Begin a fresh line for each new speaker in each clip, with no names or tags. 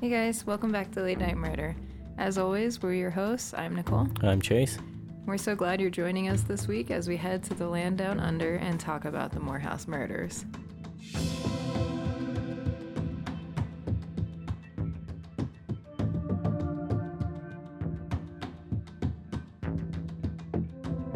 Hey guys, welcome back to Late Night Murder. As always, we're your hosts. I'm Nicole.
I'm Chase.
We're so glad you're joining us this week as we head to the land down under and talk about the Morehouse murders.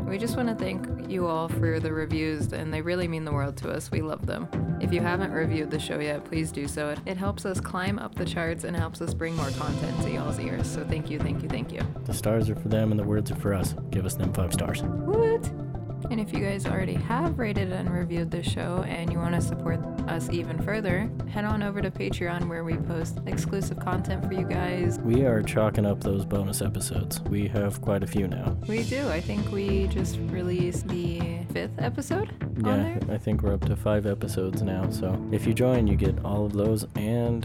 We just want to thank you all for the reviews, and they really mean the world to us. We love them. If you haven't reviewed the show yet, please do so. It- It helps us climb up the charts and helps us bring more content to y'all's ears. So thank you, thank you, thank you.
The stars are for them and the words are for us. Give us them five stars.
What? And if you guys already have rated and reviewed the show and you want to support us even further, head on over to Patreon where we post exclusive content for you guys.
We are chalking up those bonus episodes. We have quite a few now.
We do. I think we just released the fifth episode on
Yeah,
there.
I think we're up to five episodes now. So if you join, you get all of those and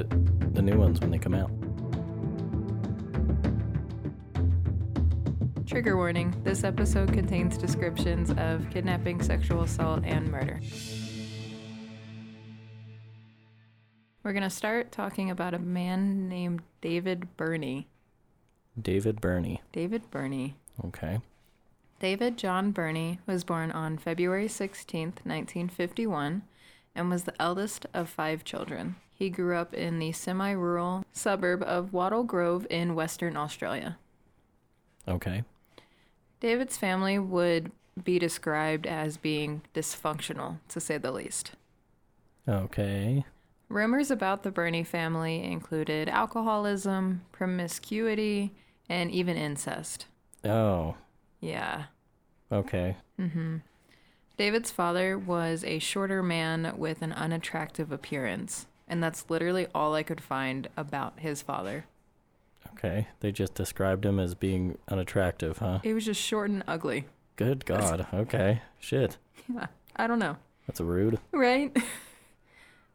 the new ones when they come out.
Trigger warning this episode contains descriptions of kidnapping, sexual assault, and murder. We're going to start talking about a man named David Burney.
David Burney.
David Burney.
Okay.
David John Burney was born on February 16, 1951, and was the eldest of five children. He grew up in the semi rural suburb of Wattle Grove in Western Australia.
Okay.
David's family would be described as being dysfunctional, to say the least.
Okay.
Rumors about the Burney family included alcoholism, promiscuity, and even incest.
Oh.
Yeah.
Okay.
David's father was a shorter man with an unattractive appearance, and that's literally all I could find about his father.
Okay. They just described him as being unattractive, huh?
He was just short and ugly.
Good God. Okay. Shit.
Yeah, I don't know,
That's rude.
right?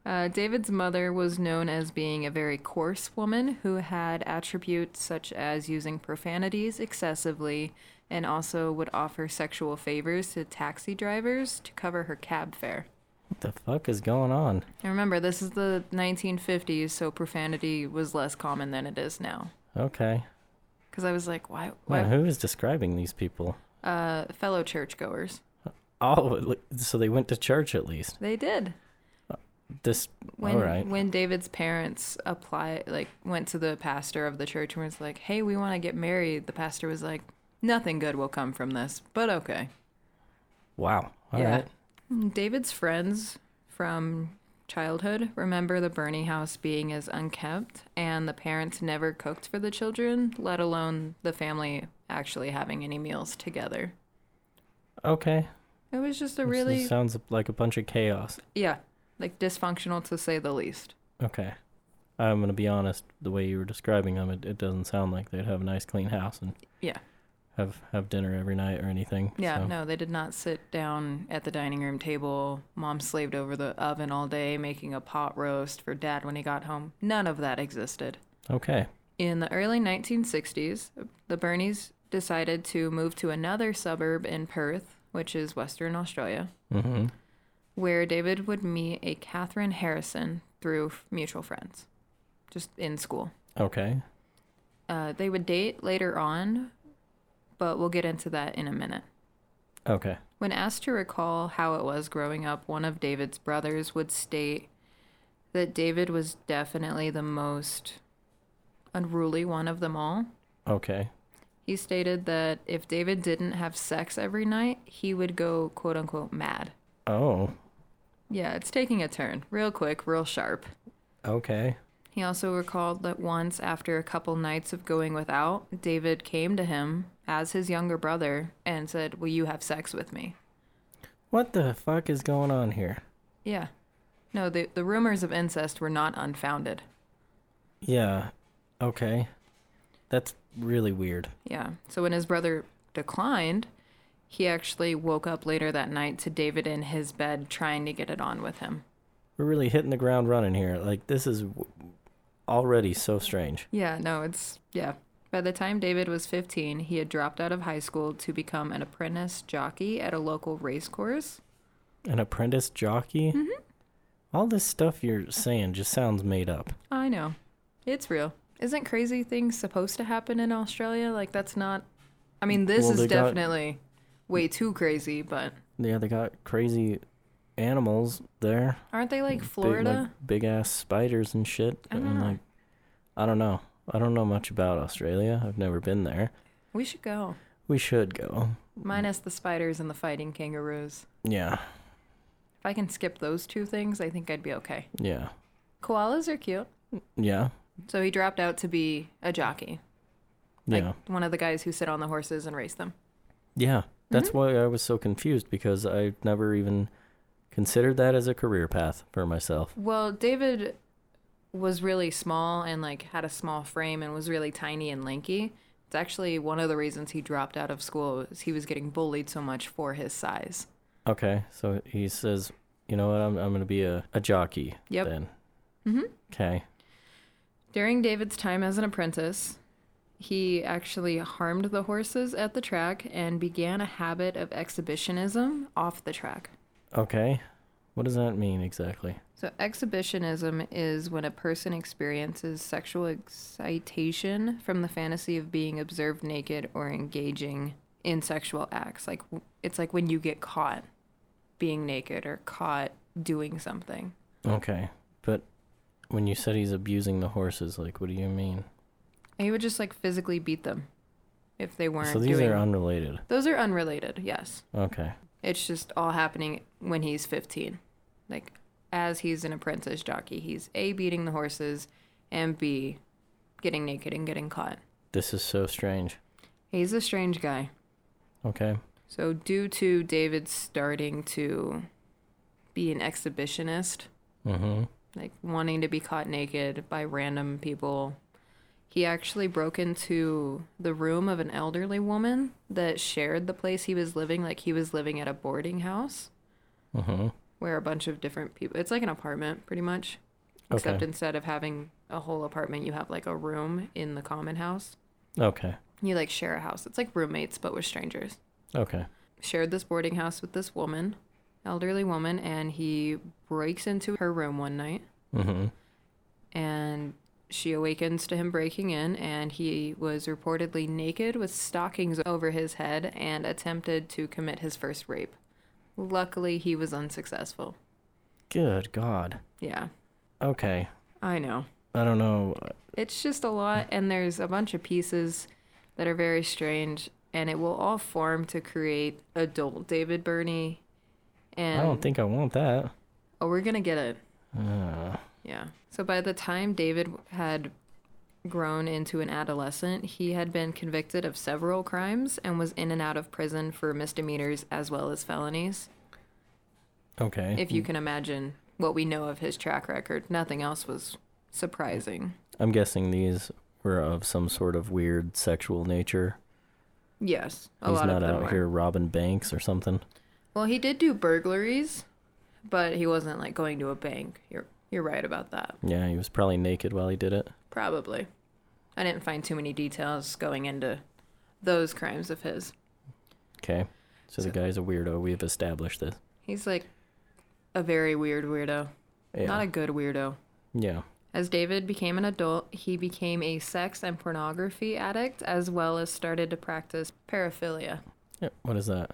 Uh, David's mother was known as being a very coarse woman who had attributes such as using profanities excessively and also would offer sexual favors to taxi drivers to cover her cab fare.
What the fuck is going on?
And remember, this is the 1950s, so profanity was less common than it is now.
Okay.
Because I was like, why?
Man,
why
who is describing these people?
uh, fellow churchgoers.
Oh, at le- so they went to church at least.
They did.
This,
When,
all right.
when David's parents apply, like went to the pastor of the church and was like, hey, we want to get married, the pastor was like, nothing good will come from this, but okay.
Wow. All right.
David's friends from childhood remember the Bernie house being as unkempt, and the parents never cooked for the children, let alone the family actually having any meals together.
Okay.
It was just a
This
really,
is- sounds like a bunch of chaos.
yeah, like dysfunctional to say the least.
Okay. I'm going to be honest. The way you were describing them, it, it doesn't sound like they'd have a nice, clean house and
Yeah.
have, have dinner every night or anything.
Yeah,
so-
no, they did not sit down at the dining room table. Mom slaved over the oven all day, making a pot roast for dad when he got home. None of that existed.
Okay.
In the early 1960s, the Bernies decided to move to another suburb in Perth, which is Western Australia,
Mm-hmm.
where David would meet a Catherine Harrison through f- mutual friends, just in school.
Okay.
Uh, they would date later on, but we'll get into that in a minute.
Okay.
When asked to recall how it was growing up, one of David's brothers would state that David was definitely the most unruly one of them all.
Okay.
He stated that if David didn't have sex every night, he would go quote unquote mad.
Oh.
Yeah, it's taking a turn. Real quick, real sharp.
Okay.
He also recalled that once, after a couple nights of going without, David came to him as his younger brother and said, Will you have sex with me?
What the fuck is going on here?
Yeah. No, the, the rumors of incest were not unfounded.
Yeah. Okay. That's really weird.
Yeah. So when his brother declined, he actually woke up later that night to David in his bed trying to get it on with him.
We're really hitting the ground running here. Like, this is w- already so strange.
Yeah, no, it's yeah. By the time David was 15, he had dropped out of high school to become an apprentice jockey at a local race course.
An apprentice
Mm-hmm.
jockey? All this stuff you're saying just sounds made up.
I know. It's real. Isn't crazy things supposed to happen in Australia? Like that's not. I mean, this
Well,
is
they got-
definitely way too crazy. But
Yeah, they got crazy animals there.
aren't they like Florida?
Big, like, big ass spiders and shit.
I don't
and,
know.
like, I don't know. I don't know much about Australia. I've never been there.
we should go.
We should go.
Minus the spiders and the fighting kangaroos.
Yeah,
If I can skip those two things, I think I'd be okay.
yeah,
Koalas are cute.
yeah,
So he dropped out to be a jockey, like
yeah,
one of the guys who sit on the horses and race them.
yeah. That's
Mm-hmm.
why I was so confused because I never even considered that as a career path for myself.
Well, David was really small and like had a small frame and was really tiny and lanky. It's actually one of the reasons he dropped out of school is he was getting bullied so much for his size.
Okay, so he says, you know what? I'm I'm gonna be a, a jockey.
Yep. Mm-hmm.
Then. Okay.
During David's time as an apprentice, he actually harmed the horses at the track and began a habit of exhibitionism off the track.
Okay. What does that mean exactly?
So, exhibitionism is when a person experiences sexual excitation from the fantasy of being observed naked or engaging in sexual acts. Like, w- it's like when you get caught being naked or caught doing something.
Okay, but when you said he's abusing the horses, like, what do you mean?
And he would just like physically beat them if they weren't
So these
doing
are unrelated.
Those are unrelated, yes.
Okay.
It's just all happening when he's 15. Like, as he's an apprentice jockey, he's A, beating the horses, and B, getting naked and getting caught.
This is so strange.
He's a strange guy.
Okay.
So, due to David starting to be an exhibitionist,
Mm-hmm.
like wanting to be caught naked by random people, he actually broke into the room of an elderly woman that shared the place he was living. Like, he was living at a boarding house
Mm-hmm.
where a bunch of different people, it's like an apartment pretty much, except
Okay.
instead of having a whole apartment, you have like a room in the common house.
Okay.
You like share a house. It's like roommates, but with strangers.
Okay.
shared this boarding house with this woman, elderly woman, and he breaks into her room one night
Mm-hmm.
and she awakens to him breaking in and he was reportedly naked with stockings over his head and attempted to commit his first rape. Luckily, he was unsuccessful.
Good God.
Yeah,
Okay.
I know.
I don't know.
It's just a lot and there's a bunch of pieces that are very strange and it will all form to create adult David Burney and
I don't think I want that.
oh we're going to get it.
Uh,
Yeah. So by the time David had grown into an adolescent, he had been convicted of several crimes and was in and out of prison for misdemeanors as well as felonies.
okay.
If you can imagine what we know of his track record, nothing else was surprising.
I'm guessing these were of some sort of weird sexual nature.
Yes, a
he's
lot
not
of them
out
were.
here robbing banks or something.
Well, he did do burglaries, but he wasn't like going to a bank. You're you're right about that.
Yeah, he was probably naked while he did it.
Probably. I didn't find too many details going into those crimes of his.
Okay. So, the guy's a weirdo. We have established this.
He's like a very weird weirdo.
Yeah.
Not a good weirdo.
yeah.
As David became an adult, he became a sex and pornography addict as well as started to practice paraphilia.
Yeah. What is that?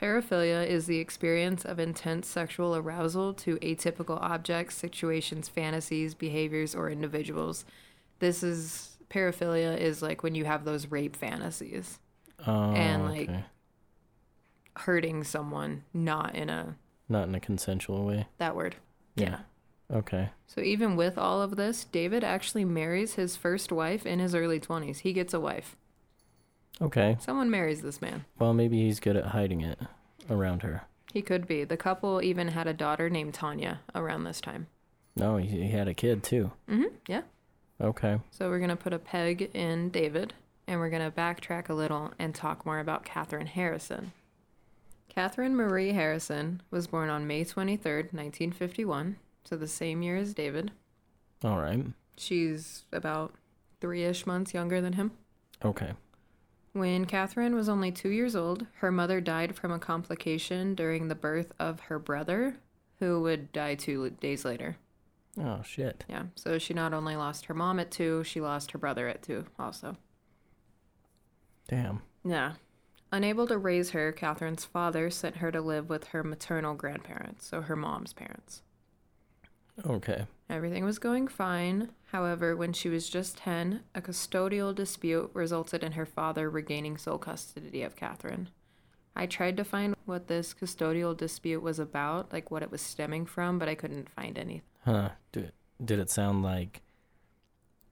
Paraphilia is the experience of intense sexual arousal to atypical objects, situations, fantasies, behaviors, or individuals. This is paraphilia is like when you have those rape fantasies,
Oh,
And, like-
okay.
hurting someone not in a
not in a consensual way.
that word.
Okay.
So even with all of this, David actually marries his first wife in his early 20s. He gets a wife.
Okay.
Someone marries this man.
Well, maybe he's good at hiding it around her.
He could be. The couple even had a daughter named Tanya around this time.
No, he, he had a kid too.
Yeah.
Okay.
So we're going to put a peg in David and we're going to backtrack a little and talk more about Catherine Harrison. Catherine Marie Harrison was born on May 23rd, 1951, so the same year as David.
All right.
She's about three ish months younger than him.
Okay.
When Catherine was only two years old, her mother died from a complication during the birth of her brother, who would die two days later.
Oh shit.
Yeah. So she not only lost her mom at two, she lost her brother at two also.
Damn.
Yeah. Unable to raise her, Catherine's father sent her to live with her maternal grandparents, so her mom's parents.
Okay.
Everything was going fine. However, when she was just 10, a custodial dispute resulted in her father regaining sole custody of Catherine. I tried to find what this custodial dispute was about, like what it was stemming from, but I couldn't find anything.
Huh. Did did it sound like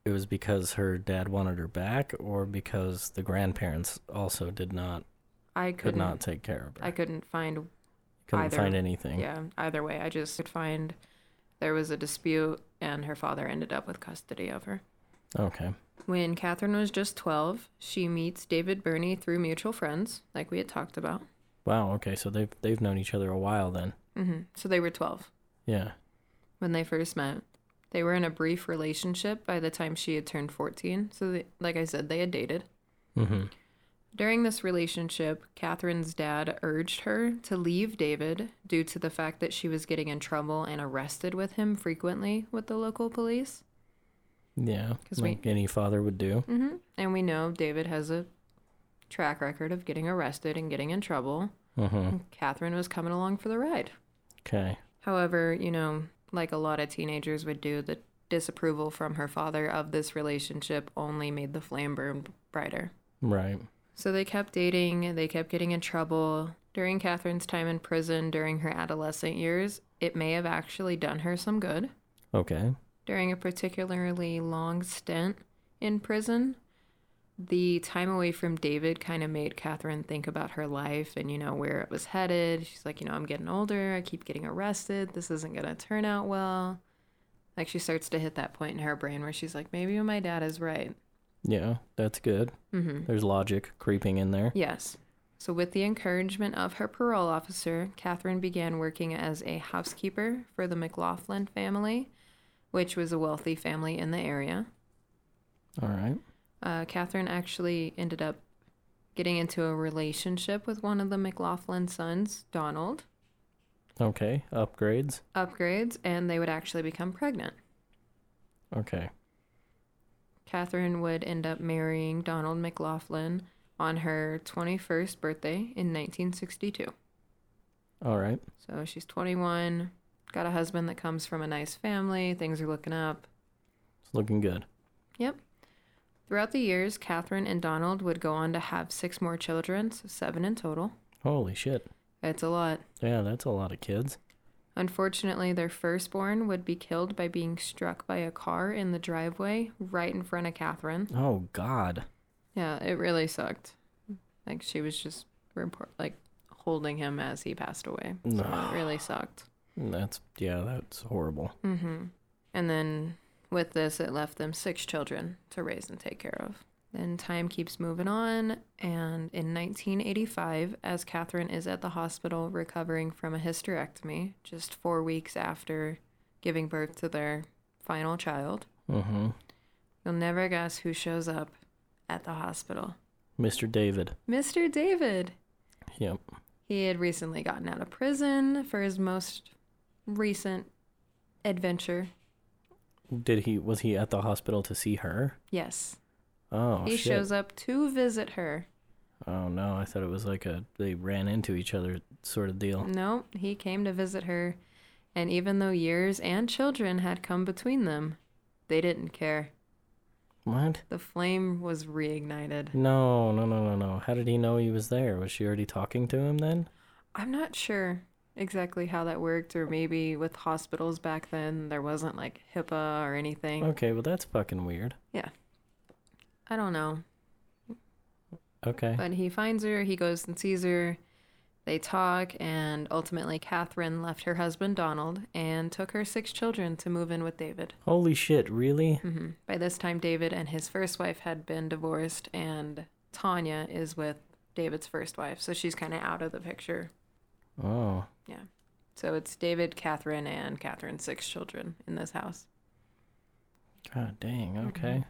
it was because her dad wanted her back, or because the grandparents also did not
I
could
couldn't,
not take care of her?
I couldn't find
Couldn't
either.
find anything.
Yeah, either way, I just could find there was a dispute and her father ended up with custody of her.
Okay.
When Catherine was just 12, she meets David Burney through mutual friends, like we had talked about.
Wow. Okay. So they've they've known each other a while then.
hmm So they were 12
Yeah.
when they first met. They were in a brief relationship by the time she had turned 14. So, they, like I said, they had dated.
Mm-hmm.
During this relationship, Catherine's dad urged her to leave David due to the fact that she was getting in trouble and arrested with him frequently with the local police.
Yeah.
'Cause we-
Like any father would do.
hmm And we know David has a track record of getting arrested and getting in trouble.
Mm-hmm.
Catherine was coming along for the ride.
Okay.
However, you know, like a lot of teenagers would do, the disapproval from her father of this relationship only made the flame burn brighter.
Right.
So they kept dating, they kept getting in trouble. During Catherine's time in prison during her adolescent years, it may have actually done her some good.
Okay.
During a particularly long stint in prison, the time away from David kind of made Catherine think about her life and, you know, where it was headed. She's like, you know, I'm getting older. I keep getting arrested. This isn't going to turn out well. Like, she starts to hit that point in her brain where she's like, maybe my dad is right.
Yeah. That's good.
Mm hmm.
There's logic creeping in there.
Yes. So, with the encouragement of her parole officer, Catherine began working as a housekeeper for the McLaughlin family, which was a wealthy family in the area.
All right.
Uh, Catherine actually ended up getting into a relationship with one of the McLaughlin sons, Donald,
Okay. Upgrades.
upgrades, and they would actually become pregnant.
Okay.
Catherine would end up marrying Donald McLaughlin on her 21st birthday in 1962.
All right.
So she's 21, got a husband that comes from a nice family, things are looking up.
It's looking good.
Yep. Throughout the years, Catherine and Donald would go on to have six more children, so seven in total.
Holy shit.
It's a lot.
Yeah, that's a lot of kids.
Unfortunately, their firstborn would be killed by being struck by a car in the driveway right in front of Catherine.
Oh God.
Yeah, it really sucked. Like she was just report like holding him as he passed away. So it really sucked.
That's yeah, that's horrible.
Mm-hmm. And then with this, it left them six children to raise and take care of. Then time keeps moving on, and in 1985, as Catherine is at the hospital recovering from a hysterectomy, just four weeks after giving birth to their final child,
Mm-hmm.
you'll never guess who shows up at the hospital.
Mr. David.
Mr. David!
Yep.
He had recently gotten out of prison for his most recent adventure.
Did he was he at the hospital to see her?
Yes,
Oh
he
shit.
shows up to visit her.
oh no, I thought it was like a they ran into each other sort of deal.
No, he came to visit her, and even though years and children had come between them, they didn't care.
What?
The flame was reignited.
No, no, no, no, no. How did he know he was there? Was she already talking to him then?
I'm not sure exactly how that worked, or maybe with hospitals back then, there wasn't like HIPAA or anything.
Okay, well that's fucking weird.
I don't know.
Okay.
But he finds her, he goes and sees her. They talk, and ultimately, Catherine left her husband Donald and took her six children to move in with David.
Holy shit, really?
hmm By this time, David and his first wife had been divorced, and Tanya is with David's first wife, so she's kind of out of the picture.
Oh.
So it's David, Catherine, and Catherine's six children in this house.
God dang,
Mm-hmm.
okay.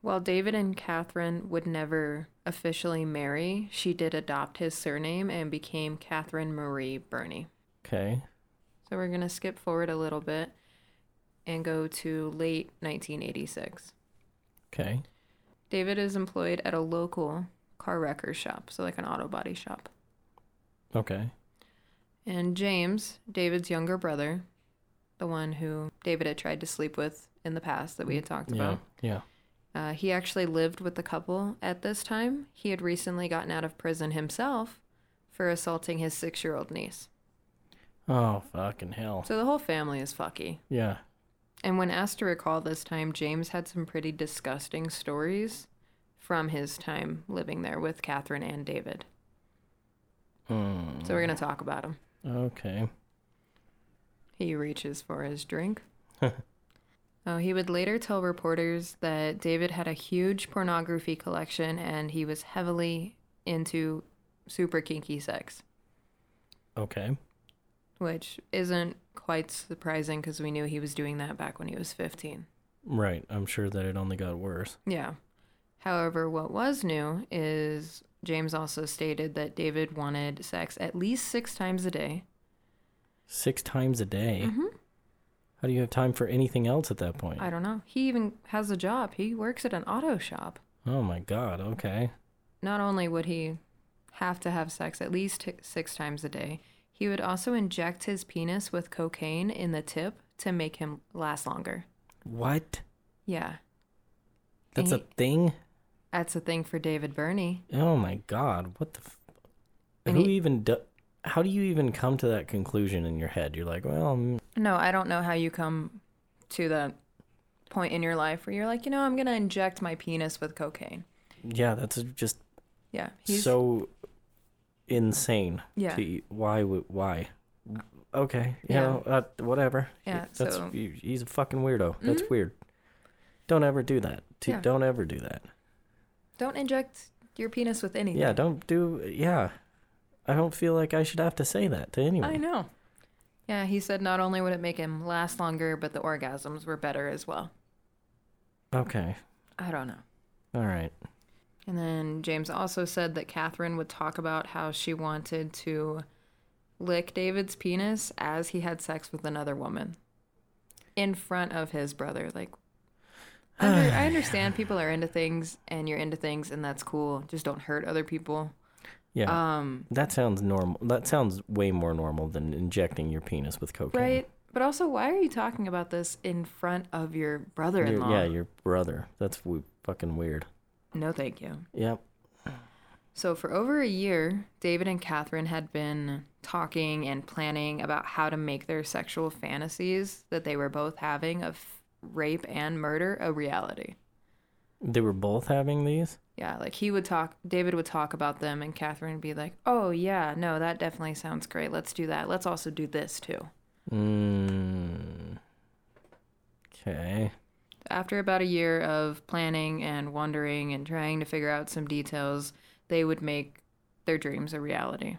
While David and Catherine would never officially marry, she did adopt his surname and became Catherine Marie Burney.
Okay.
So we're going to skip forward a little bit. and go to late 1986.
Okay.
David is employed at a local car wrecker shop, so like an auto body shop.
Okay.
And James, David's younger brother, the one who David had tried to sleep with in the past that we had talked
Yeah.
about,
Yeah.
uh, he actually lived with the couple at this time. He had recently gotten out of prison himself for assaulting his six year old niece.
Oh fucking hell.
So the whole family is fucky.
Yeah.
And when asked to recall this time, James had some pretty disgusting stories from his time living there with Catherine and David.
Mm.
So we're going to talk about him.
Okay.
He reaches for his drink. oh, he would later tell reporters that David had a huge pornography collection and he was heavily into super kinky sex,
Okay.
which isn't quite surprising because we knew he was doing that back when he was 15.
Right. I'm sure that it only got worse.
Yeah. However, what was new is James also stated that David wanted sex at least six times a day.
Six times a day. How do you have time for anything else at that point?
Mm-hmm. I don't know. He even has a job, he works at an auto shop.
Oh my god. Okay.
not only would he have to have sex at least t- six times a day, he would also inject his penis with cocaine in the tip to make him last longer.
What?
Yeah,
That's a
He-
thing.
that's a thing for David Burney.
Oh my god. What the? F-
And
Who
he-
even? Do- How do you even come to that conclusion in your head? You're like, well, mm,
No, I don't know how you come to that point in your life where you're like, you know, I'm gonna inject my penis with cocaine.
yeah, that's just
Yeah, he's
so insane.
Yeah.
To eat. Why? would- Why? Okay. You
Yeah.
know, uh, whatever.
Yeah,
That's
so- Mm-hmm.
he- he's a fucking weirdo. That's weird. Don't ever do that. Do-
Yeah.
Don't ever do that.
don't inject your penis with anything.
Yeah. Don't do. Yeah. I don't feel like I should have to say that to anyone.
I know. Yeah, he said not only would it make him last longer, but the orgasms were better as well.
Okay.
I don't know.
All right.
And then James also said that Catherine would talk about how she wanted to lick David's penis as he had sex with another woman in front of his brother. Like, under, I understand people are into things and you're into things and that's cool. Just don't hurt other people.
Yeah.
Um,
that sounds normal. That sounds way more normal than injecting your penis with cocaine.
right? But also, why are you talking about this in front of your brother in
Your-
law?
yeah, your brother. That's w- fucking weird.
No, thank you.
Yep.
So, for over a year, David and Catherine had been talking and planning about how to make their sexual fantasies that they were both having of rape and murder a reality.
They were both having these.
Yeah, like he would talk, David would talk about them, and Catherine would be like, oh, yeah, no, that definitely sounds great. Let's do that. Let's also do this too.
Mm. Okay.
After about a year of planning and wondering and trying to figure out some details, they would make their dreams a reality.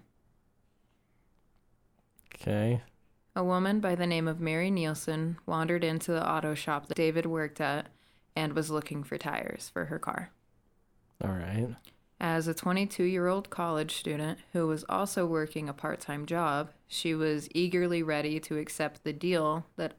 Okay.
A woman by the name of Mary Nielsen wandered into the auto shop that David worked at and was looking for tires for her car.
All right.
As a 22 year old college student who was also working a part time job, she was eagerly ready to accept the deal that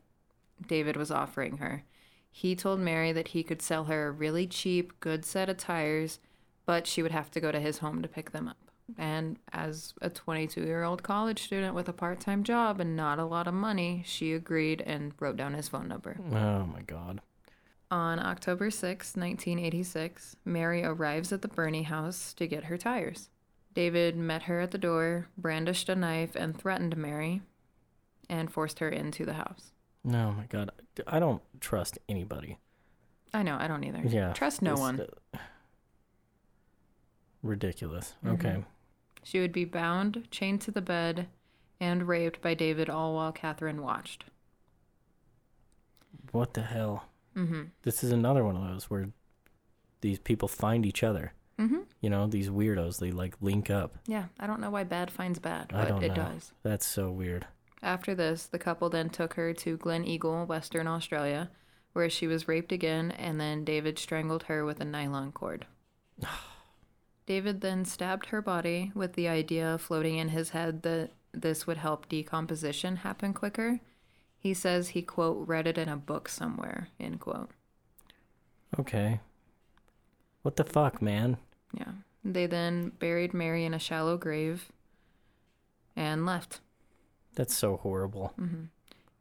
David was offering her. He told Mary that he could sell her a really cheap, good set of tires, but she would have to go to his home to pick them up. And as a 22 year old college student with a part time job and not a lot of money, she agreed and wrote down his phone number.
Oh my god.
On October 6, 1986, Mary arrives at the Burney house to get her tires. David met her at the door, brandished a knife, and threatened Mary and forced her into the house.
Oh my god. D- I don't trust anybody.
I know, I don't either.
Yeah.
Trust no
It's,
one.
uh, ridiculous.
Mm-hmm.
Okay.
She would be bound, chained to the bed, and raped by David all while Catherine watched.
What the hell?
Mm-hmm.
This is another one of those where these people find each other.
Mm-hmm.
You know, these weirdos, they like link up.
Yeah, I don't know why bad finds bad,
I
but
don't
it
know.
does.
That's so weird.
After this, the couple then took her to Glen Eagle, Western Australia, where she was raped again, and then David strangled her with a nylon cord. David then stabbed her body with the idea floating in his head that this would help decomposition happen quicker. He says he, quote, read it in a book somewhere, end quote.
Okay. What the fuck, man?
Yeah. They then buried Mary in a shallow grave and left.
That's so horrible.
Mm.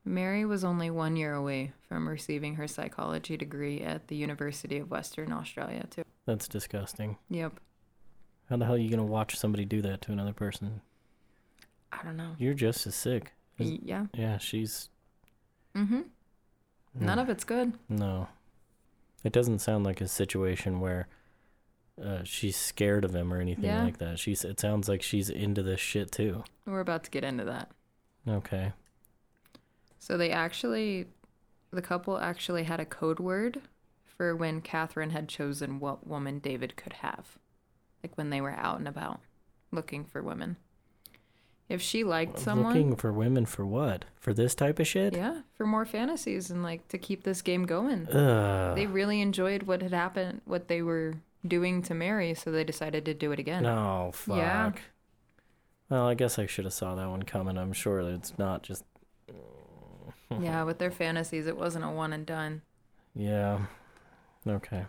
Mary was only one year away from receiving her psychology degree at the University of Western Australia, too.
That's disgusting.
Yep.
How the hell are you gonna watch somebody do that to another person?
I don't know.
You're just as sick. Is-
Y- Yeah.
Yeah, she's
Mm-hmm. None
Mm.
of it's good.
No. It doesn't sound like a situation where uh, she's scared of him or anything
Yeah.
like that. She's. It sounds like she's into this shit too.
We're about to get into that.
Okay.
So they actually, the couple actually had a code word for when Catherine had chosen what woman David could have, like when they were out and about looking for women. If she liked someone,
Looking for women for what? For this type of shit?
yeah, for more fantasies and like to keep this game going.
Ugh.
They really enjoyed what had happened, what they were doing to Mary, so they decided to do it again.
No, fuck.
Yeah.
Well, I guess I should have saw that one coming. I'm sure it's not just.
yeah, with their fantasies, it wasn't a one and done.
Yeah. Okay.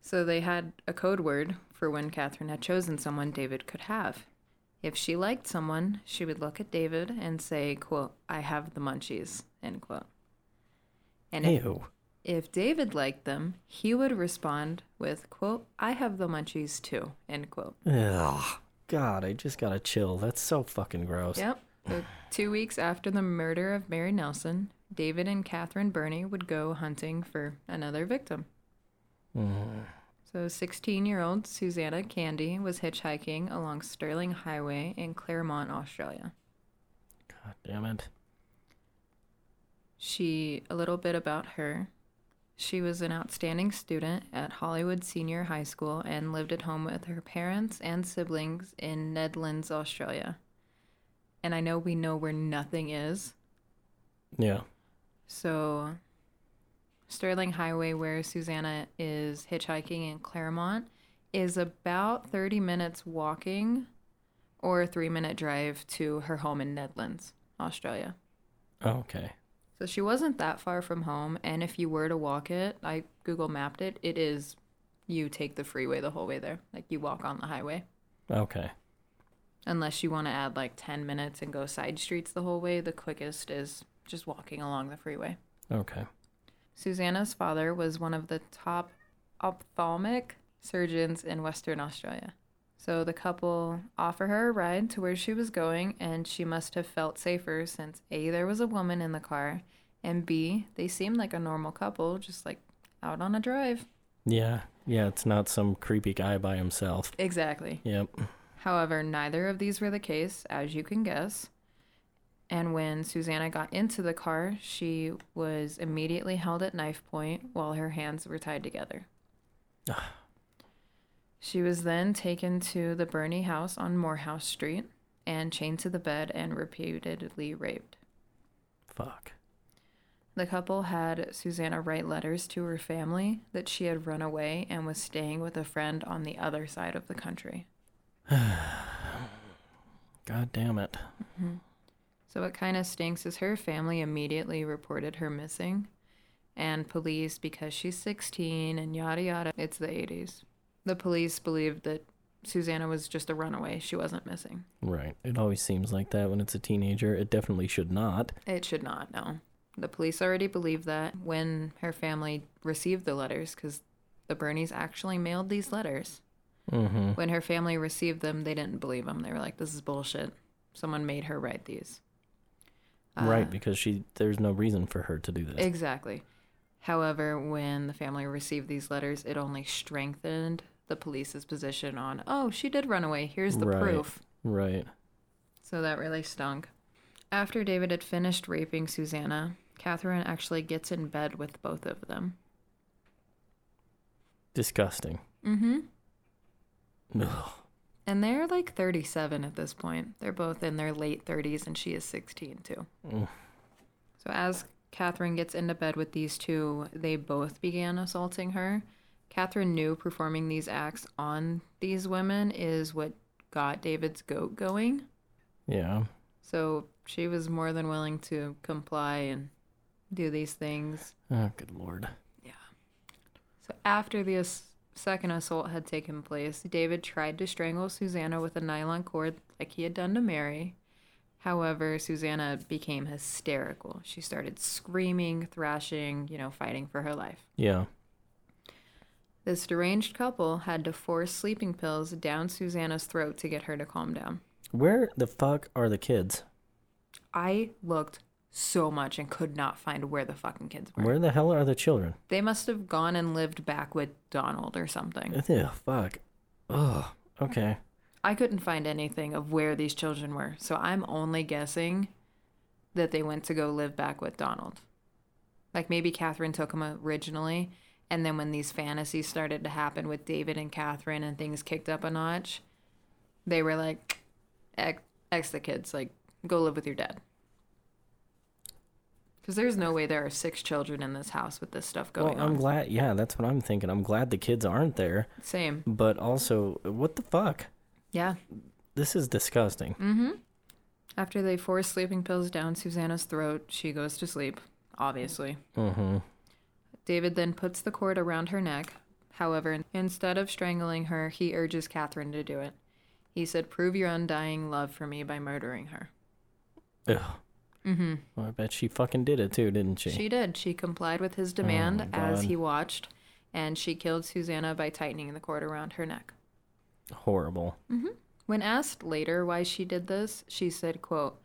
So they had a code word for when Catherine had chosen someone David could have. If she liked someone, she would look at David and say, quote, I have the munchies, end quote. And if,
Ew.
if David liked them, he would respond with, quote, I have the munchies too, end quote.
Ugh. God, I just got a chill. That's so fucking gross.
Yep. So two weeks after the murder of Mary Nelson, David and Catherine Burney would go hunting for another victim.
Mm.
So, 16 year old Susanna Candy was hitchhiking along Sterling Highway in Claremont, Australia.
God damn it.
She, a little bit about her, she was an outstanding student at Hollywood Senior High School and lived at home with her parents and siblings in Nedlands, Australia. And I know we know where nothing is,
Yeah.
So, Sterling Highway, where Susanna is hitchhiking in Claremont, is about 30 minutes walking or a three minute drive to her home in Nedlands, Australia.
Oh, Okay.
So, she wasn't that far from home. And if you were to walk it, I Google mapped it, it is you take the freeway the whole way there. Like you walk on the highway.
Okay.
Unless you want to add like 10 minutes and go side streets the whole way, the quickest is just walking along the freeway.
Okay.
Susanna's father was one of the top ophthalmic surgeons in Western Australia. So the couple offer her a ride to where she was going, and she must have felt safer since A, there was a woman in the car, and B, they seemed like a normal couple, just like out on a drive.
Yeah. Yeah, it's not some creepy guy by himself.
Exactly.
Yep.
However, neither of these were the case, as you can guess. And when Susanna got into the car, she was immediately held at knife point while her hands were tied together. she was then taken to the Burney house on Morehouse Street and chained to the bed and repeatedly raped.
Fuck.
The couple had Susanna write letters to her family that she had run away and was staying with a friend on the other side of the country.
God damn it.
So what kind of stinks is her family immediately reported her missing, and police because she's 16 and yada yada. It's the 80s. The police believed that Susanna was just a runaway. She wasn't missing.
Right. It always seems like that when it's a teenager. It definitely should not.
It should not. No. The police already believed that when her family received the letters, because the Bernies actually mailed these letters.
Mm-hmm.
When her family received them, they didn't believe them. They were like, "This is bullshit. Someone made her write these." Uh, Ah.
right, because she there's no reason for her to do this.
Exactly. However, when the family received these letters, it only strengthened the police's position on, oh, she did run away. Here's the
Right.
proof.
right.
So that really stunk. After David had finished raping Susanna, Catherine actually gets in bed with both of them.
Disgusting.
Mm hmm.
Ugh.
And they're like 37 at this point. They're both in their late 30s, and she is 16 too.
Mm.
So, as Catherine gets into bed with these two, they both began assaulting her. Catherine knew performing these acts on these women is what got David's goat going.
Yeah.
So she was more than willing to comply and do these things.
Oh, good lord.
So after the ass- second assault had taken place, David tried to strangle Susanna with a nylon cord like he had done to Mary. However, Susanna became hysterical. She started screaming, thrashing, you know, fighting for her life.
Yeah.
This deranged couple had to force sleeping pills down Susanna's throat to get her to calm down.
Where the fuck are the kids?
I looked so much and could not find where the fucking kids were.
Where the hell are the children?
They must have gone and lived back with Donald or something.
Ew, fuck. Oh, okay.
I couldn't find anything of where these children were, so I'm only guessing that they went to go live back with Donald. Like maybe Catherine took him originally, and then when these fantasies started to happen with David and Catherine and things kicked up a notch, they were like, ex, ex the kids, like, go live with your dad. Because there's no way there are six children in this house with this stuff
Well,
going
I'm
on.
glad. Yeah, that's what I'm thinking. I'm glad the kids aren't there,
Same.
but also, what the fuck?
Yeah.
This is disgusting.
Mm. After they force sleeping pills down Susanna's throat, she goes to sleep, obviously.
Mm-hmm.
David then puts the cord around her neck. However, instead of strangling her, he urges Catherine to do it. He said, Prove your undying love for me by murdering her.
Ugh. Well, I bet she fucking did it too, didn't she?
Mm-hmm.
Oh,
She did. She complied with his demand as
God.
he watched, and she killed Susanna by tightening the cord around her neck.
Horrible.
When asked later why she did this, she said, quote,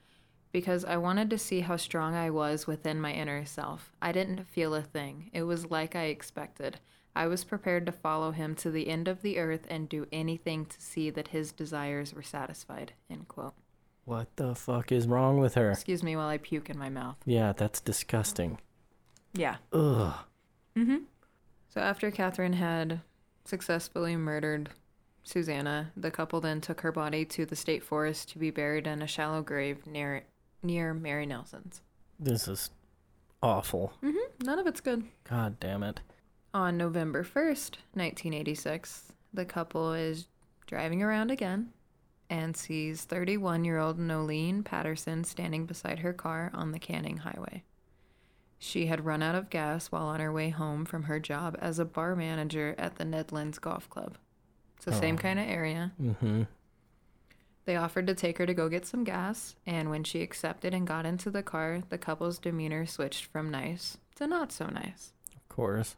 because I wanted to see how strong I was within my inner self. I didn't feel a thing. It was like I expected. I was prepared to follow him to the end of the earth and do anything to see that his desires were satisfied. End quote.
What the fuck is wrong with her?
Excuse me while I puke in my mouth.
Yeah, that's disgusting.
Yeah.
Ugh.
So after Catherine had successfully murdered Susanna, the couple then took her body to the state forest to be buried in a shallow grave near near Mary Nelson's.
This is awful.
Mm. None of it's good.
God damn it.
On November 1st, 1986, the couple is driving around again and sees 31 year old Nolene Patterson standing beside her car on the Canning Highway. She had run out of gas while on her way home from her job as a bar manager at the Nedlands Golf Club. It's the same kind of area.
Mm-hmm.
They offered to take her to go get some gas, and when she accepted and got into the car, the couple's demeanor switched from nice to not so nice.
Of course.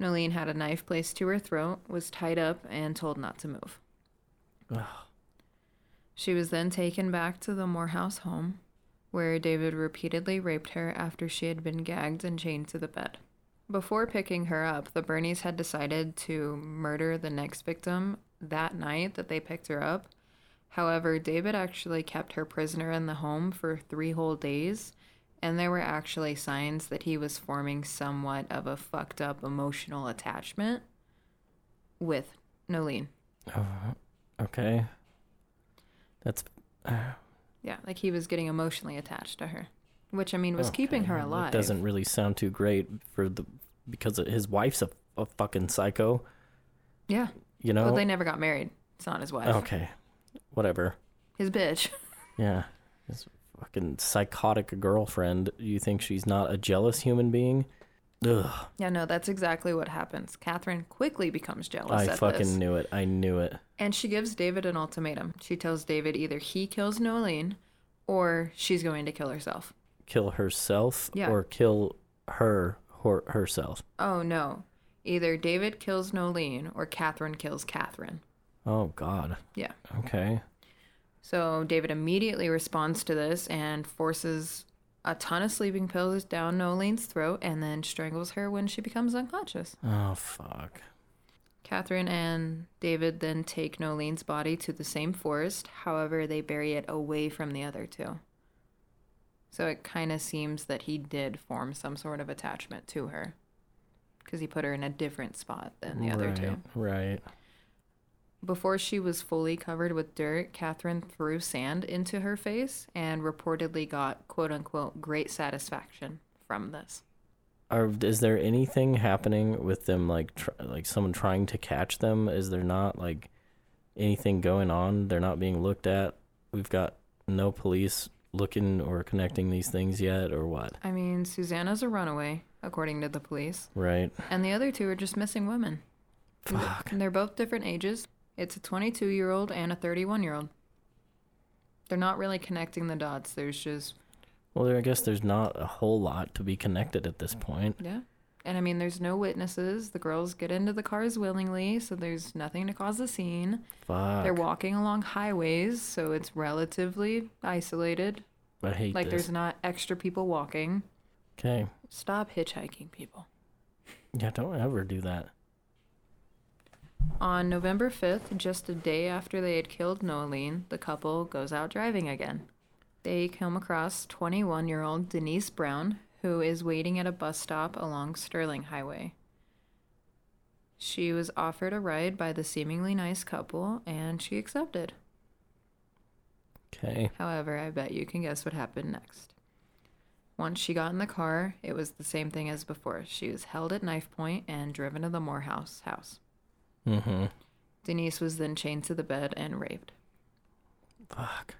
Nolene had a knife placed to her throat, was tied up, and told not to move.
Ugh.
She was then taken back to the Morehouse home, where David repeatedly raped her after she had been gagged and chained to the bed. Before picking her up, the Bernies had decided to murder the next victim that night that they picked her up. However, David actually kept her prisoner in the home for three whole days, and there were actually signs that he was forming somewhat of a fucked up emotional attachment with Nolene.
Okay. That's
Yeah, like he was getting emotionally attached to her, which I mean was keeping her alive.
It doesn't really sound too great for the because his wife's a, a fucking psycho.
Yeah,
You know.
but they never got married. It's not his wife.
okay. Whatever.
His bitch.
Yeah. His fucking psychotic girlfriend. You think she's not a jealous human being? Ugh.
Yeah, no, that's exactly what happens. Catherine quickly becomes jealous
I
at
fucking
this,
knew it. I knew it.
and she gives David an ultimatum. She tells David either he kills Nolene, or she's going to kill herself.
Kill herself
Yeah.
or kill her, her herself.
Oh no. Either David kills Nolene or Catherine kills Catherine.
Oh God.
Yeah.
Okay.
So David immediately responds to this and forces a ton of sleeping pills down Nolene's throat and then strangles her when she becomes unconscious.
Oh fuck.
Catherine and David then take Nolene's body to the same forest. However, they bury it away from the other two. So it kind of seems that he did form some sort of attachment to her because he put her in a different spot than the other
right,
two.
Right.
Before she was fully covered with dirt, Catherine threw sand into her face and reportedly got quote unquote great satisfaction from this.
Are is there anything happening with them like tr- like someone trying to catch them? Is there not like anything going on? They're not being looked at. We've got no police looking or connecting these things yet or what?
I mean, Susanna's a runaway, according to the police,
Right.
and the other two are just missing women. And th-
Fuck.
And they're both different ages. It's a 22 year old and a 31 year old. They're not really connecting the dots. There's just,
Well, there, I guess there's not a whole lot to be connected at this point.
yeah. And I mean, there's no witnesses. The girls get into the cars willingly, so there's nothing to cause a scene.
Fuck.
They're walking along highways, so it's relatively isolated.
I hate
Like,
this.
there's not extra people walking.
Okay.
Stop hitchhiking, people.
Yeah, don't ever do that.
On November 5th, just a day after they had killed Noeline, the couple goes out driving again. They come across 21 year old Denise Brown, who is waiting at a bus stop along Sterling Highway. She was offered a ride by the seemingly nice couple, and she accepted.
Okay.
However, I bet you can guess what happened next. Once she got in the car, it was the same thing as before. She was held at knife point and driven to the Morehouse house.
Mm-hmm.
Denise was then chained to the bed and raped.
Fuck.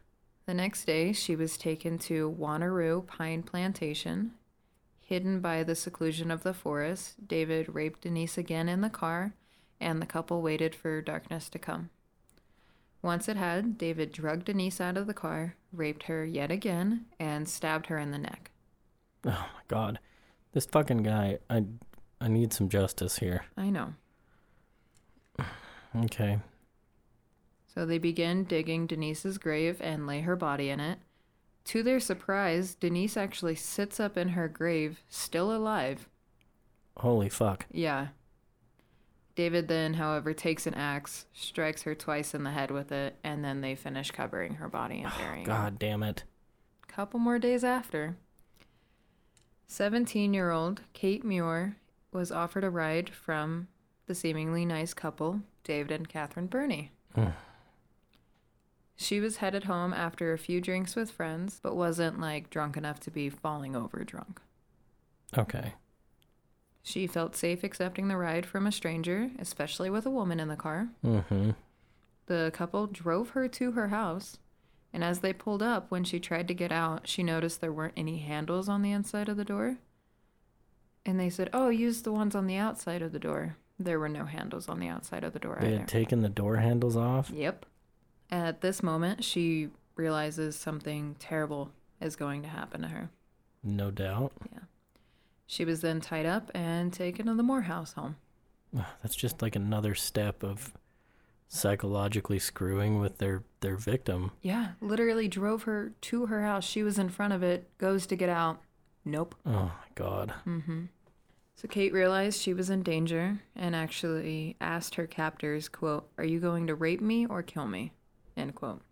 The next day, she was taken to Wanneroo Pine Plantation. Hidden by the seclusion of the forest, David raped Denise again in the car, and the couple waited for darkness to come. Once it had, David drugged Denise out of the car, raped her yet again, and stabbed her in the neck.
Oh my god. This fucking guy. I I need some justice here.
I know.
Okay.
So they begin digging Denise's grave and lay her body in it. To their surprise, Denise actually sits up in her grave, still alive,
Holy fuck.
Yeah. David then, however, takes an axe, strikes her twice in the head with it, and then they finish covering her body and burying her.
Oh, Ah, God damn it.
Couple more days after, 17 year old Kate Muir was offered a ride from the seemingly nice couple, David and Catherine Burney.
Mm.
she was headed home after a few drinks with friends, but wasn't like drunk enough to be falling over drunk.
Okay.
She felt safe accepting the ride from a stranger, especially with a woman in the car.
Mm-hmm.
The couple drove her to her house, and as they pulled up, when she tried to get out, she noticed there weren't any handles on the inside of the door. And they said, Oh, use the ones on the outside of the door. There were no handles on the outside of the door
They
either.
had taken the door handles off.
Yep. At this moment, she realizes something terrible is going to happen to her.
No doubt.
She was then tied up and taken to the Morehouse home.
Ugh, Ah, That's just like another step of psychologically screwing with their their victim.
Yeah, literally drove her to her house. She was in front of it, goes to get out. Nope.
Oh my god.
Mm. So Kate realized she was in danger and actually asked her captors, quote, Are you going to rape me or kill me? End quote.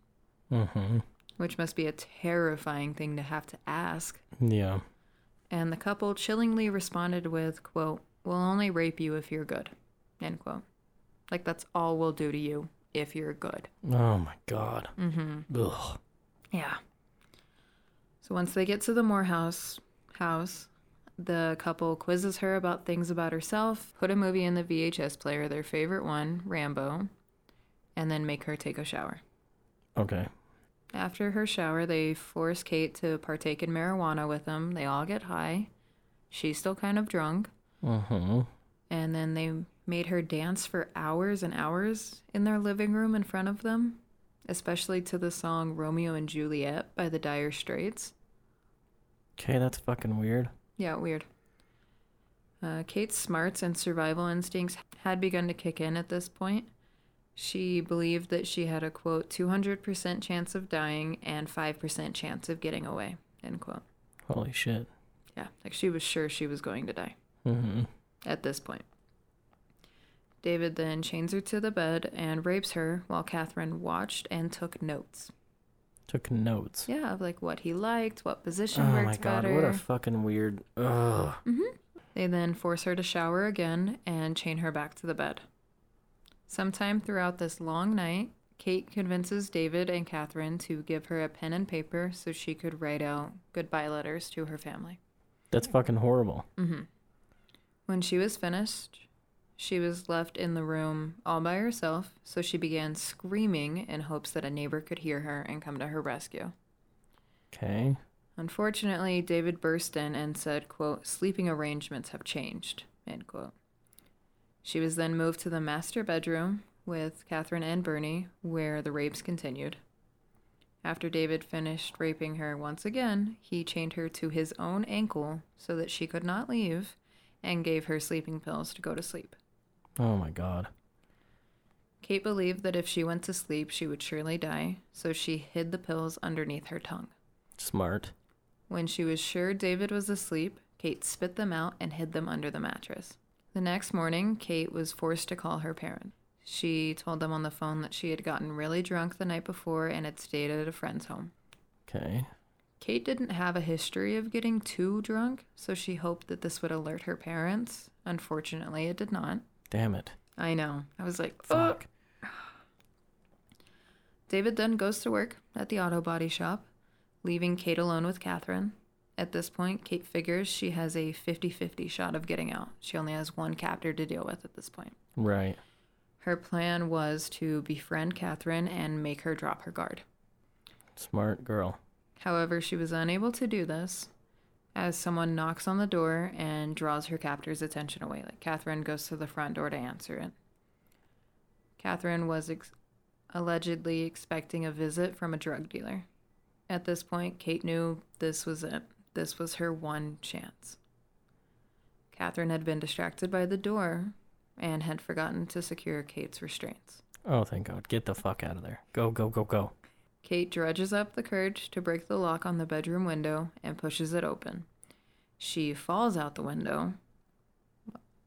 Mm-hmm.
Which must be a terrifying thing to have to ask.
Yeah.
And the couple chillingly responded with, quote, We'll only rape you if you're good. End quote. Like that's all we'll do to you if you're good.
Oh my god. Mm-hmm. Ugh.
Yeah. So once they get to the Morehouse house, the couple quizzes her about things about herself, put a movie in the VHS player, their favorite one, Rambo, and then make her take a shower.
Okay.
After her shower, they force Kate to partake in marijuana with them. They all get high. She's still kind of drunk.
Mm-hmm.
And then they made her dance for hours and hours in their living room in front of them, especially to the song Romeo and Juliet by the Dire Straits.
Okay, that's fucking weird.
Yeah, weird. Uh, Kate's smarts and survival instincts had begun to kick in at this point. She believed that she had a quote 200% chance of dying and 5% chance of getting away, end quote.
Holy shit.
Yeah, like she was sure she was going to die
Mm-hmm.
at this point. David then chains her to the bed and rapes her while Catherine watched and took notes.
Took notes.
Yeah, of like what he liked, what position
Oh
worked
my god,
better. Mm.
what a fucking weird. Ugh.
They then force her to shower again and chain her back to the bed. Sometime throughout this long night, Kate convinces David and Catherine to give her a pen and paper so she could write out goodbye letters to her family.
That's fucking horrible.
When she was finished, she was left in the room all by herself, so she began screaming in hopes that a neighbor could hear her and come to her rescue.
Okay.
Unfortunately, David burst in and said, quote, sleeping arrangements have changed, end quote. She was then moved to the master bedroom with Catherine and Bernie, where the rapes continued. After David finished raping her once again, he chained her to his own ankle so that she could not leave and gave her sleeping pills to go to sleep.
Oh my god.
Kate believed that if she went to sleep, she would surely die, so she hid the pills underneath her tongue.
Smart.
When she was sure David was asleep, Kate spit them out and hid them under the mattress. The next morning, Kate was forced to call her parents. She told them on the phone that she had gotten really drunk the night before and had stayed at a friend's home.
Okay.
Kate didn't have a history of getting too drunk, so she hoped that this would alert her parents. Unfortunately, it did not.
Damn it.
I know. I was like, "Ugh."
Fuck.
David then goes to work at the auto body shop, leaving Kate alone with Catherine. At this point, Kate figures she has a 50 50 shot of getting out. She only has one captor to deal with at this point.
Right.
Her plan was to befriend Catherine and make her drop her guard.
Smart girl.
However, she was unable to do this as someone knocks on the door and draws her captor's attention away. Like Catherine goes to the front door to answer it. Catherine was ex- allegedly expecting a visit from a drug dealer. At this point, Kate knew this was it. This was her one chance. Catherine had been distracted by the door and had forgotten to secure Kate's restraints.
Oh, thank God. Get the fuck out of there. Go, go, go, go.
Kate dredges up the courage to break the lock on the bedroom window and pushes it open. She falls out the window,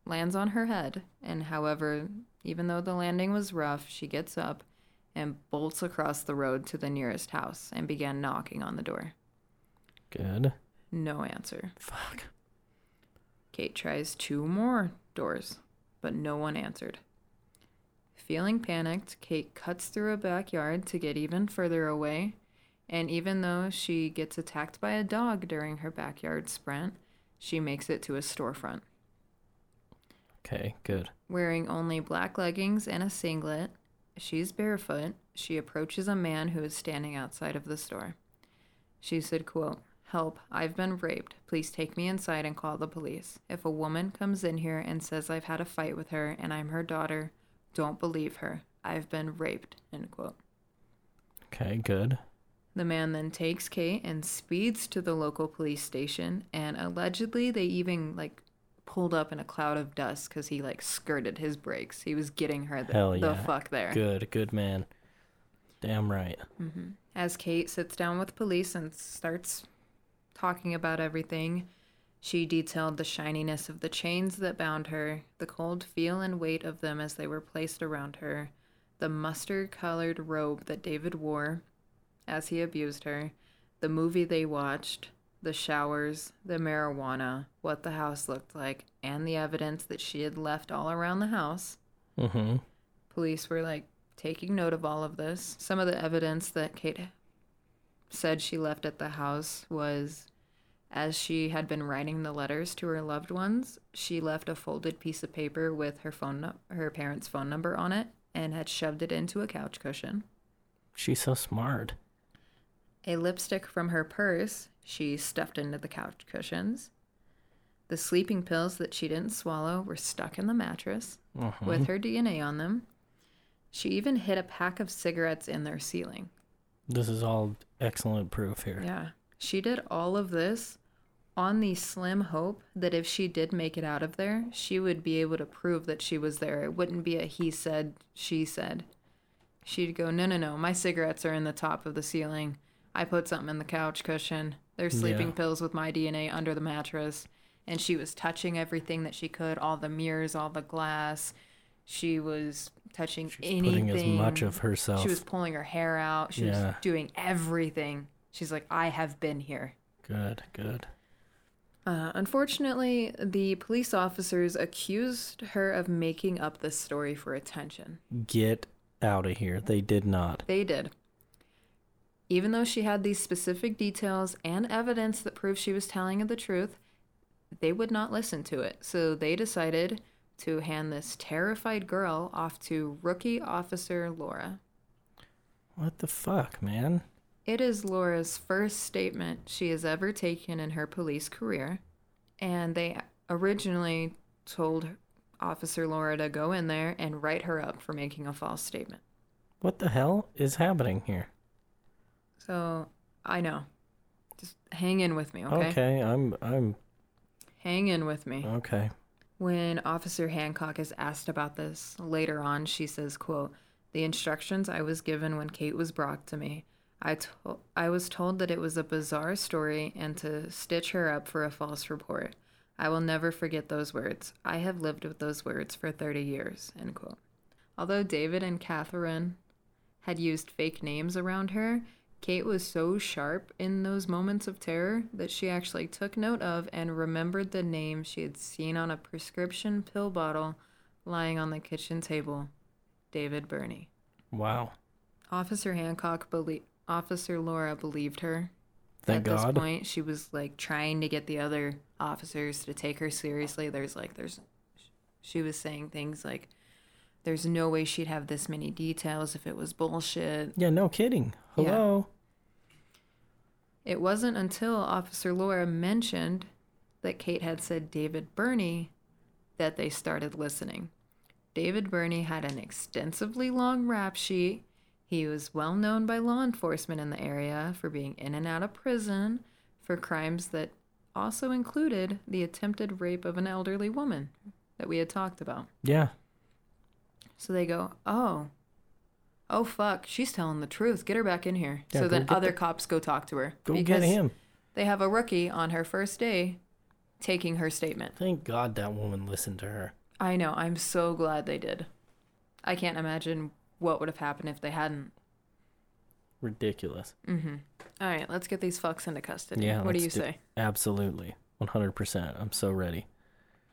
lands on her head, and however, even though the landing was rough, she gets up and bolts across the road to the nearest house and began knocking on the door.
Good.
No answer.
Fuck.
Kate tries two more doors, but no one answered. Feeling panicked, Kate cuts through a backyard to get even further away, and even though she gets attacked by a dog during her backyard sprint, she makes it to a storefront.
Okay, good.
Wearing only black leggings and a singlet, she's barefoot. She approaches a man who is standing outside of the store. She said, quote, Help, I've been raped. Please take me inside and call the police. If a woman comes in here and says I've had a fight with her and I'm her daughter, don't believe her. I've been raped, end quote.
Okay, good.
The man then takes Kate and speeds to the local police station, and allegedly they even like pulled up in a cloud of dust because he like skirted his brakes. He was getting her the,
Hell
the
yeah.
fuck there.
Good, good man. Damn right.
As Kate sits down with police and starts talking about everything, she detailed the shininess of the chains that bound her, the cold feel and weight of them as they were placed around her, the mustard colored robe that David wore as he abused her, the movie they watched, the showers, the marijuana, what the house looked like, and the evidence that she had left all around the house
Mm-hmm.
police were like taking note of all of this. Some of the evidence that Kate said she left at the house was as she had been writing the letters to her loved ones, she left a folded piece of paper with her phone nu- her parents' phone number on it and had shoved it into a couch cushion.
She's so smart.
A lipstick from her purse she stuffed into the couch cushions. The sleeping pills that she didn't swallow were stuck in the mattress
Mhm.
with her DNA on them. She even hid a pack of cigarettes in their ceiling.
This is all excellent proof here.
Yeah. She did all of this on the slim hope that if she did make it out of there, she would be able to prove that she was there. It wouldn't be a he said, she said. She'd go, no, no, no, my cigarettes are in the top of the ceiling. I put something in the couch cushion. There's sleeping
Yeah.
pills with my DNA under the mattress. And she was touching everything that she could all the mirrors, all the glass. She was touching
She's
anything.
putting as much of herself.
She was pulling her hair out. She was
Yeah.
doing everything. She's like, I have been here.
Good, good.
Uh, unfortunately, the police officers accused her of making up this story for attention.
Get out of here. They did not.
They did. Even though she had these specific details and evidence that proved she was telling the truth, they would not listen to it. So they decided to hand this terrified girl off to rookie officer Laura.
What the fuck, man?
It is Laura's first statement she has ever taken in her police career, and they originally told Officer Laura to go in there and write her up for making a false statement.
What the hell is happening here?
So I know. Just hang in with me, okay?
Okay, I'm I'm
Hang in with me.
okay.
When Officer Hancock is asked about this later on, she says, quote, "The instructions I was given when Kate was brought to me, I told I was told that it was a bizarre story and to stitch her up for a false report. I will never forget those words. I have lived with those words for 30 years." End quote. Although David and Catherine had used fake names around her, Kate was so sharp in those moments of terror that she actually took note of and remembered the name she had seen on a prescription pill bottle lying on the kitchen table David Burney.
Wow.
Officer Hancock belie- Officer Laura believed her.
Thank
At
God.
this point, she was like trying to get the other officers to take her seriously. There's like, there's, she was saying things like, there's no way she'd have this many details if it was bullshit.
Yeah, no kidding.
Yeah.
Hello.
It wasn't until Officer Laura mentioned that Kate had said David Burney that they started listening. David Burney had an extensively long rap sheet. He was well known by law enforcement in the area for being in and out of prison for crimes that also included the attempted rape of an elderly woman that we had talked about.
Yeah.
So they go, oh, oh fuck, she's telling the truth. Get her back in here.
Yeah,
so
go
then
get
other
the-
cops go talk to her.
Go
because
get him.
They have a rookie on her first day taking her statement.
Thank God that woman listened to her.
I know. I'm so glad they did. I can't imagine what would have happened if they hadn't. Mm-hmm.
Ridiculous.
All right, let's get these fucks into custody.
Yeah.
what do
let's
you say?
Absolutely. 100%. I'm so ready.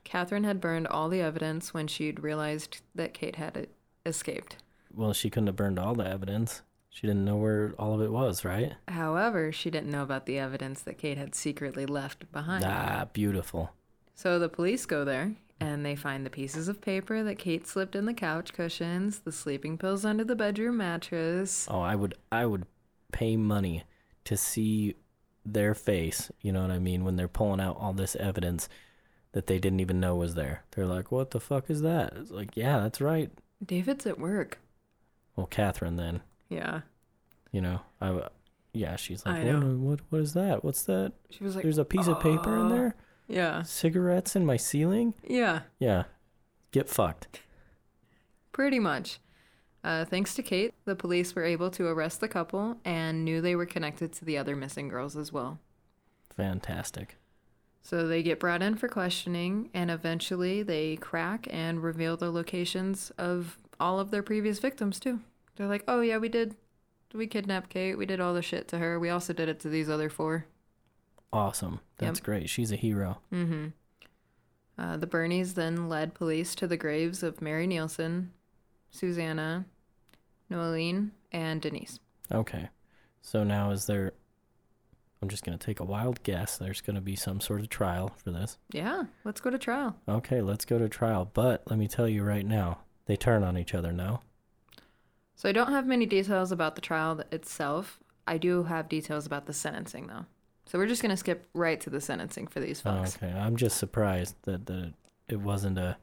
Catherine had burned all the evidence when she'd realized that Kate had e- escaped.
Well, she couldn't have burned all the evidence. She didn't know where all of it was, right?
However, she didn't know about the evidence that Kate had secretly left behind.
Ah, beautiful.
So the police go there and they find the pieces of paper that Kate slipped in the couch cushions, the sleeping pills under the bedroom mattress.
Oh, I would I would pay money to see their face, you know what I mean, when they're pulling out all this evidence that they didn't even know was there. They're like, "What the fuck is that?" It's like, "Yeah, that's right."
David's at work.
Well, Catherine then,
Yeah.
you know, I w- yeah, she's like,
I
what,
know.
what what is that? What's that?
She was like, uh,
There's a piece of paper in there?
yeah.
Cigarettes in my ceiling?
Yeah.
Yeah. Get fucked.
Pretty much. Uh, thanks to Kate, the police were able to arrest the couple and knew they were connected to the other missing girls as well.
Fantastic.
So they get brought in for questioning, and eventually they crack and reveal the locations of all of their previous victims, too. They're like, oh, yeah, we did. We kidnapped Kate. We did all the shit to her. We also did it to these other four.
Awesome. That's
Yep.
great. She's a hero.
Mm-hmm. Uh, the Bernies then led police to the graves of Mary Nielsen, Susanna, Noeline, and Denise.
Okay. So now is there I'm just going to take a wild guess. There's going to be some sort of trial for this.
Yeah, let's go to trial.
Okay, let's go to trial. But let me tell you right now, they turn on each other, no?
So I don't have many details about the trial th- itself. I do have details about the sentencing, though. So we're just going to skip right to the sentencing for these
Oh,
folks.
okay. I'm just surprised that the it wasn't a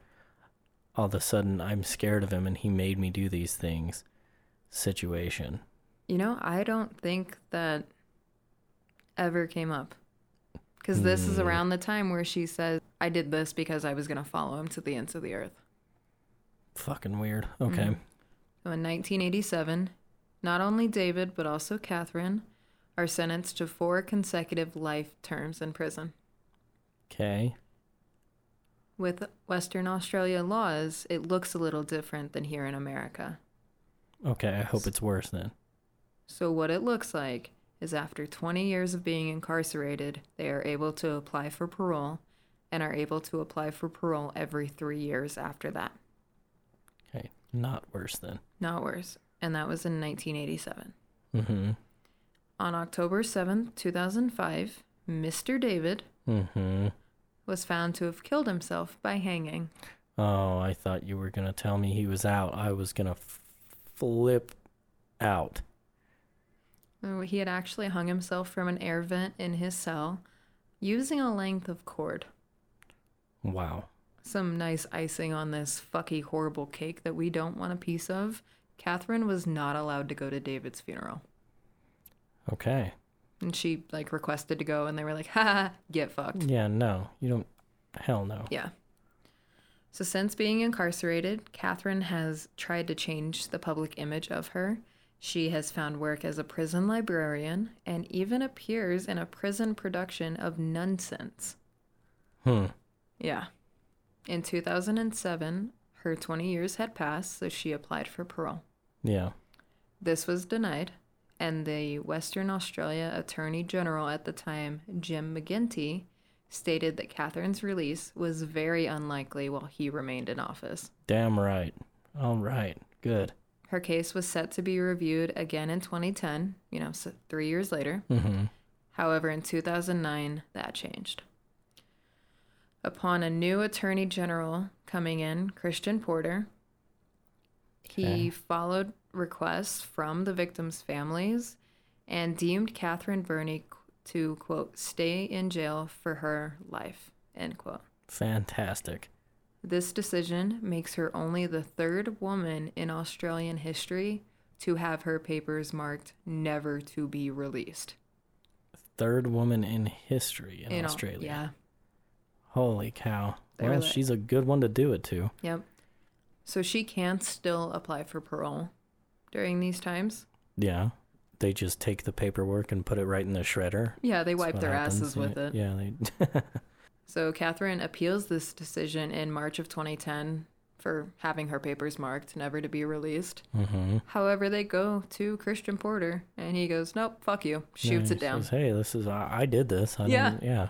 all of a sudden I'm scared of him and he made me do these things situation.
You know, I don't think that ever came up. Because this
Hmm.
is around the time where she says, I did this because I was going to follow him to the ends of the earth.
Fucking weird. Okay.
So in 1987, not only David, but also Catherine are sentenced to four consecutive life terms in prison.
Okay.
With Western Australia laws, it looks a little different than here in America.
Okay, I hope it's worse then.
So, what it looks like is after 20 years of being incarcerated, they are able to apply for parole and are able to apply for parole every three years after that.
Okay. Not worse then.
Not worse. And that was in 1987.
Mhm.
On October 7th, 2005, Mr. David
Mhm.
was found to have killed himself by hanging.
Oh, I thought you were going to tell me he was out. I was going to f- flip out.
Oh, He had actually hung himself from an air vent in his cell using a length of cord.
Wow.
Some nice icing on this fucky horrible cake that we don't want a piece of. Catherine was not allowed to go to David's funeral.
Okay.
And she like requested to go and they were like, ha, get fucked.
Yeah, no. You don't. Hell no.
Yeah. So since being incarcerated, Catherine has tried to change the public image of her. She has found work as a prison librarian and even appears in a prison production of Nonsense.
Hmm.
Yeah. In 2007, her 20 years had passed, so she applied for parole.
Yeah.
This was denied, and the Western Australia Attorney General at the time, Jim McGinty, stated that Catherine's release was very unlikely while he remained in office.
Damn right. All right. Good.
Her case was set to be reviewed again in 2010, you know, so three years later.
Mm-hmm.
However, in 2009, that changed. Upon a new attorney general coming in, Christian Porter, he
Okay.
followed requests from the victims' families and deemed Catherine Burney qu- to, quote, stay in jail for her life, end quote.
Fantastic.
This decision makes her only the third woman in Australian history to have her papers marked never to be released.
Third woman in history in,
In Au-
Australia.
Yeah.
Holy cow.
They were
well,
like-
she's a good one to do it to.
Yep. So she can still apply for parole during these times.
Yeah. They just take the paperwork and put it right in the shredder.
Yeah, they
That's
wipe
what
their
happens,
asses with
yeah.
it.
Yeah, they
So Catherine appeals this decision in March of 2010 for having her papers marked, never to be released.
mm-hmm.
However, they go to Christian Porter and he goes, Nope, fuck you. Shoots it down.
Says, hey, this is I, I did this. I
Yeah.
yeah, yeah.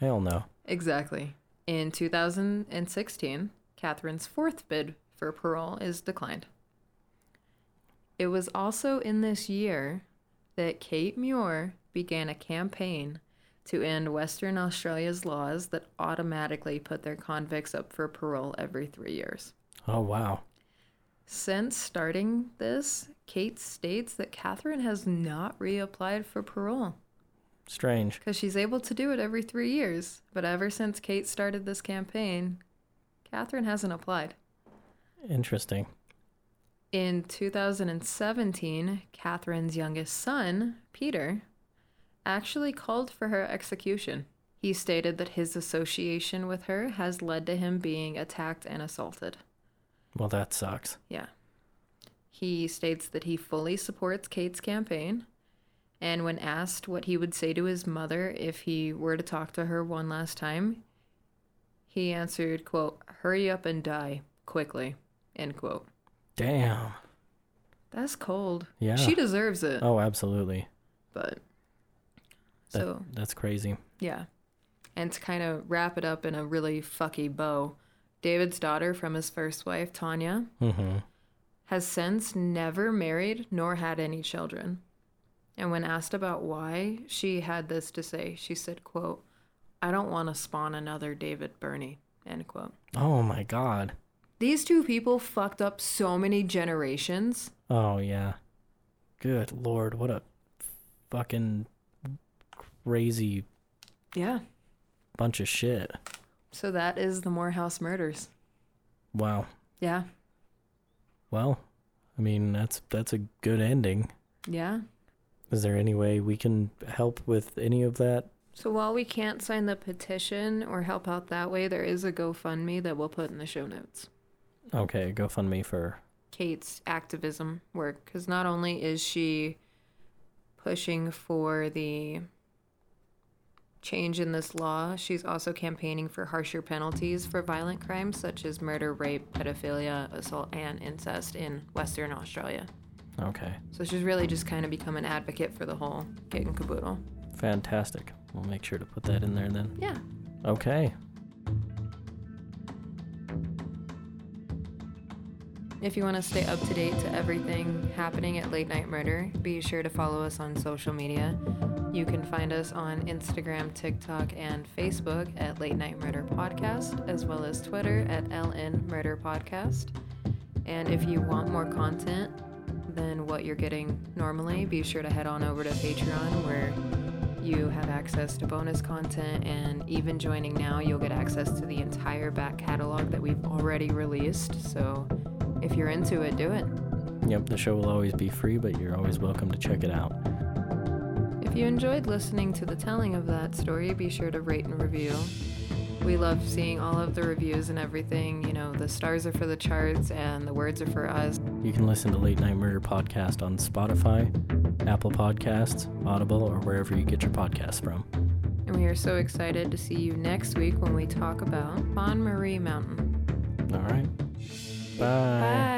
Hell no.
Exactly. In 2016, Catherine's fourth bid for parole is declined. It was also in this year that Kate Muir began a campaign to end Western Australia's laws that automatically put their convicts up for parole every three years.
Oh wow.
Since starting this, Kate states that Catherine has not reapplied for parole
Strange.
because she's able to do it every three years. But ever since Kate started this campaign, Catherine hasn't applied.
Interesting.
In 2017, Catherine's youngest son, Peter, actually called for her execution. He stated that his association with her has led to him being attacked and assaulted.
Well, that sucks.
Yeah. He states that he fully supports Kate's campaign. And when asked what he would say to his mother if he were to talk to her one last time, he answered, quote, hurry up and die quickly, end quote. Uh,
Damn.
That's cold.
Yeah.
She deserves it.
Oh, absolutely.
But
That,
so,
that's crazy.
yeah. And to kind of wrap it up in a really fucky bow, David's daughter from his first wife, Tanya,
Mm-hmm.
has since never married nor had any children. And when asked about why, she had this to say. She said, quote, I don't want to spawn another David Burney, end quote.
Oh my god.
These two people fucked up so many generations.
Oh yeah. Good lord, what a fucking crazy
Yeah.
bunch of shit.
So that is the Morehouse murders.
Wow.
Yeah.
Well, I mean, that's that's a good ending.
Yeah.
Is there any way we can help with any of that?
So while we can't sign the petition or help out that way, there is a GoFundMe that we'll put in the show notes.
Okay, GoFundMe for
Kate's activism work because not only is she pushing for the change in this law, she's also campaigning for harsher penalties for violent crimes such as murder, rape, pedophilia, assault, and incest in Western Australia.
Okay,
So she's really just kind of become an advocate for the whole kit and caboodle.
fantastic. We'll make sure to put that in there then.
Yeah.
Okay.
If you want to stay up to date to everything happening at Late Night Murder, be sure to follow us on social media. You can find us on Instagram, TikTok, and Facebook at Late Night Murder Podcast, as well as Twitter at LN Murder Podcast. And if you want more content, than what you're getting normally, be sure to head on over to Patreon where you have access to bonus content. And even joining now, you'll get access to the entire back catalog that we've already released. So if you're into it, do it.
Yep, the show will always be free, but you're always welcome to check it out.
If you enjoyed listening to the telling of that story, be sure to rate and review. We love seeing all of the reviews and everything. You know, the stars are for the charts and the words are for us.
You can listen to Late Night Murder Podcast on Spotify, Apple Podcasts, Audible, or wherever you get your podcasts from.
And we are so excited to see you next week when we talk about Bon Marie Mountain.
All right. Bye.
Bye.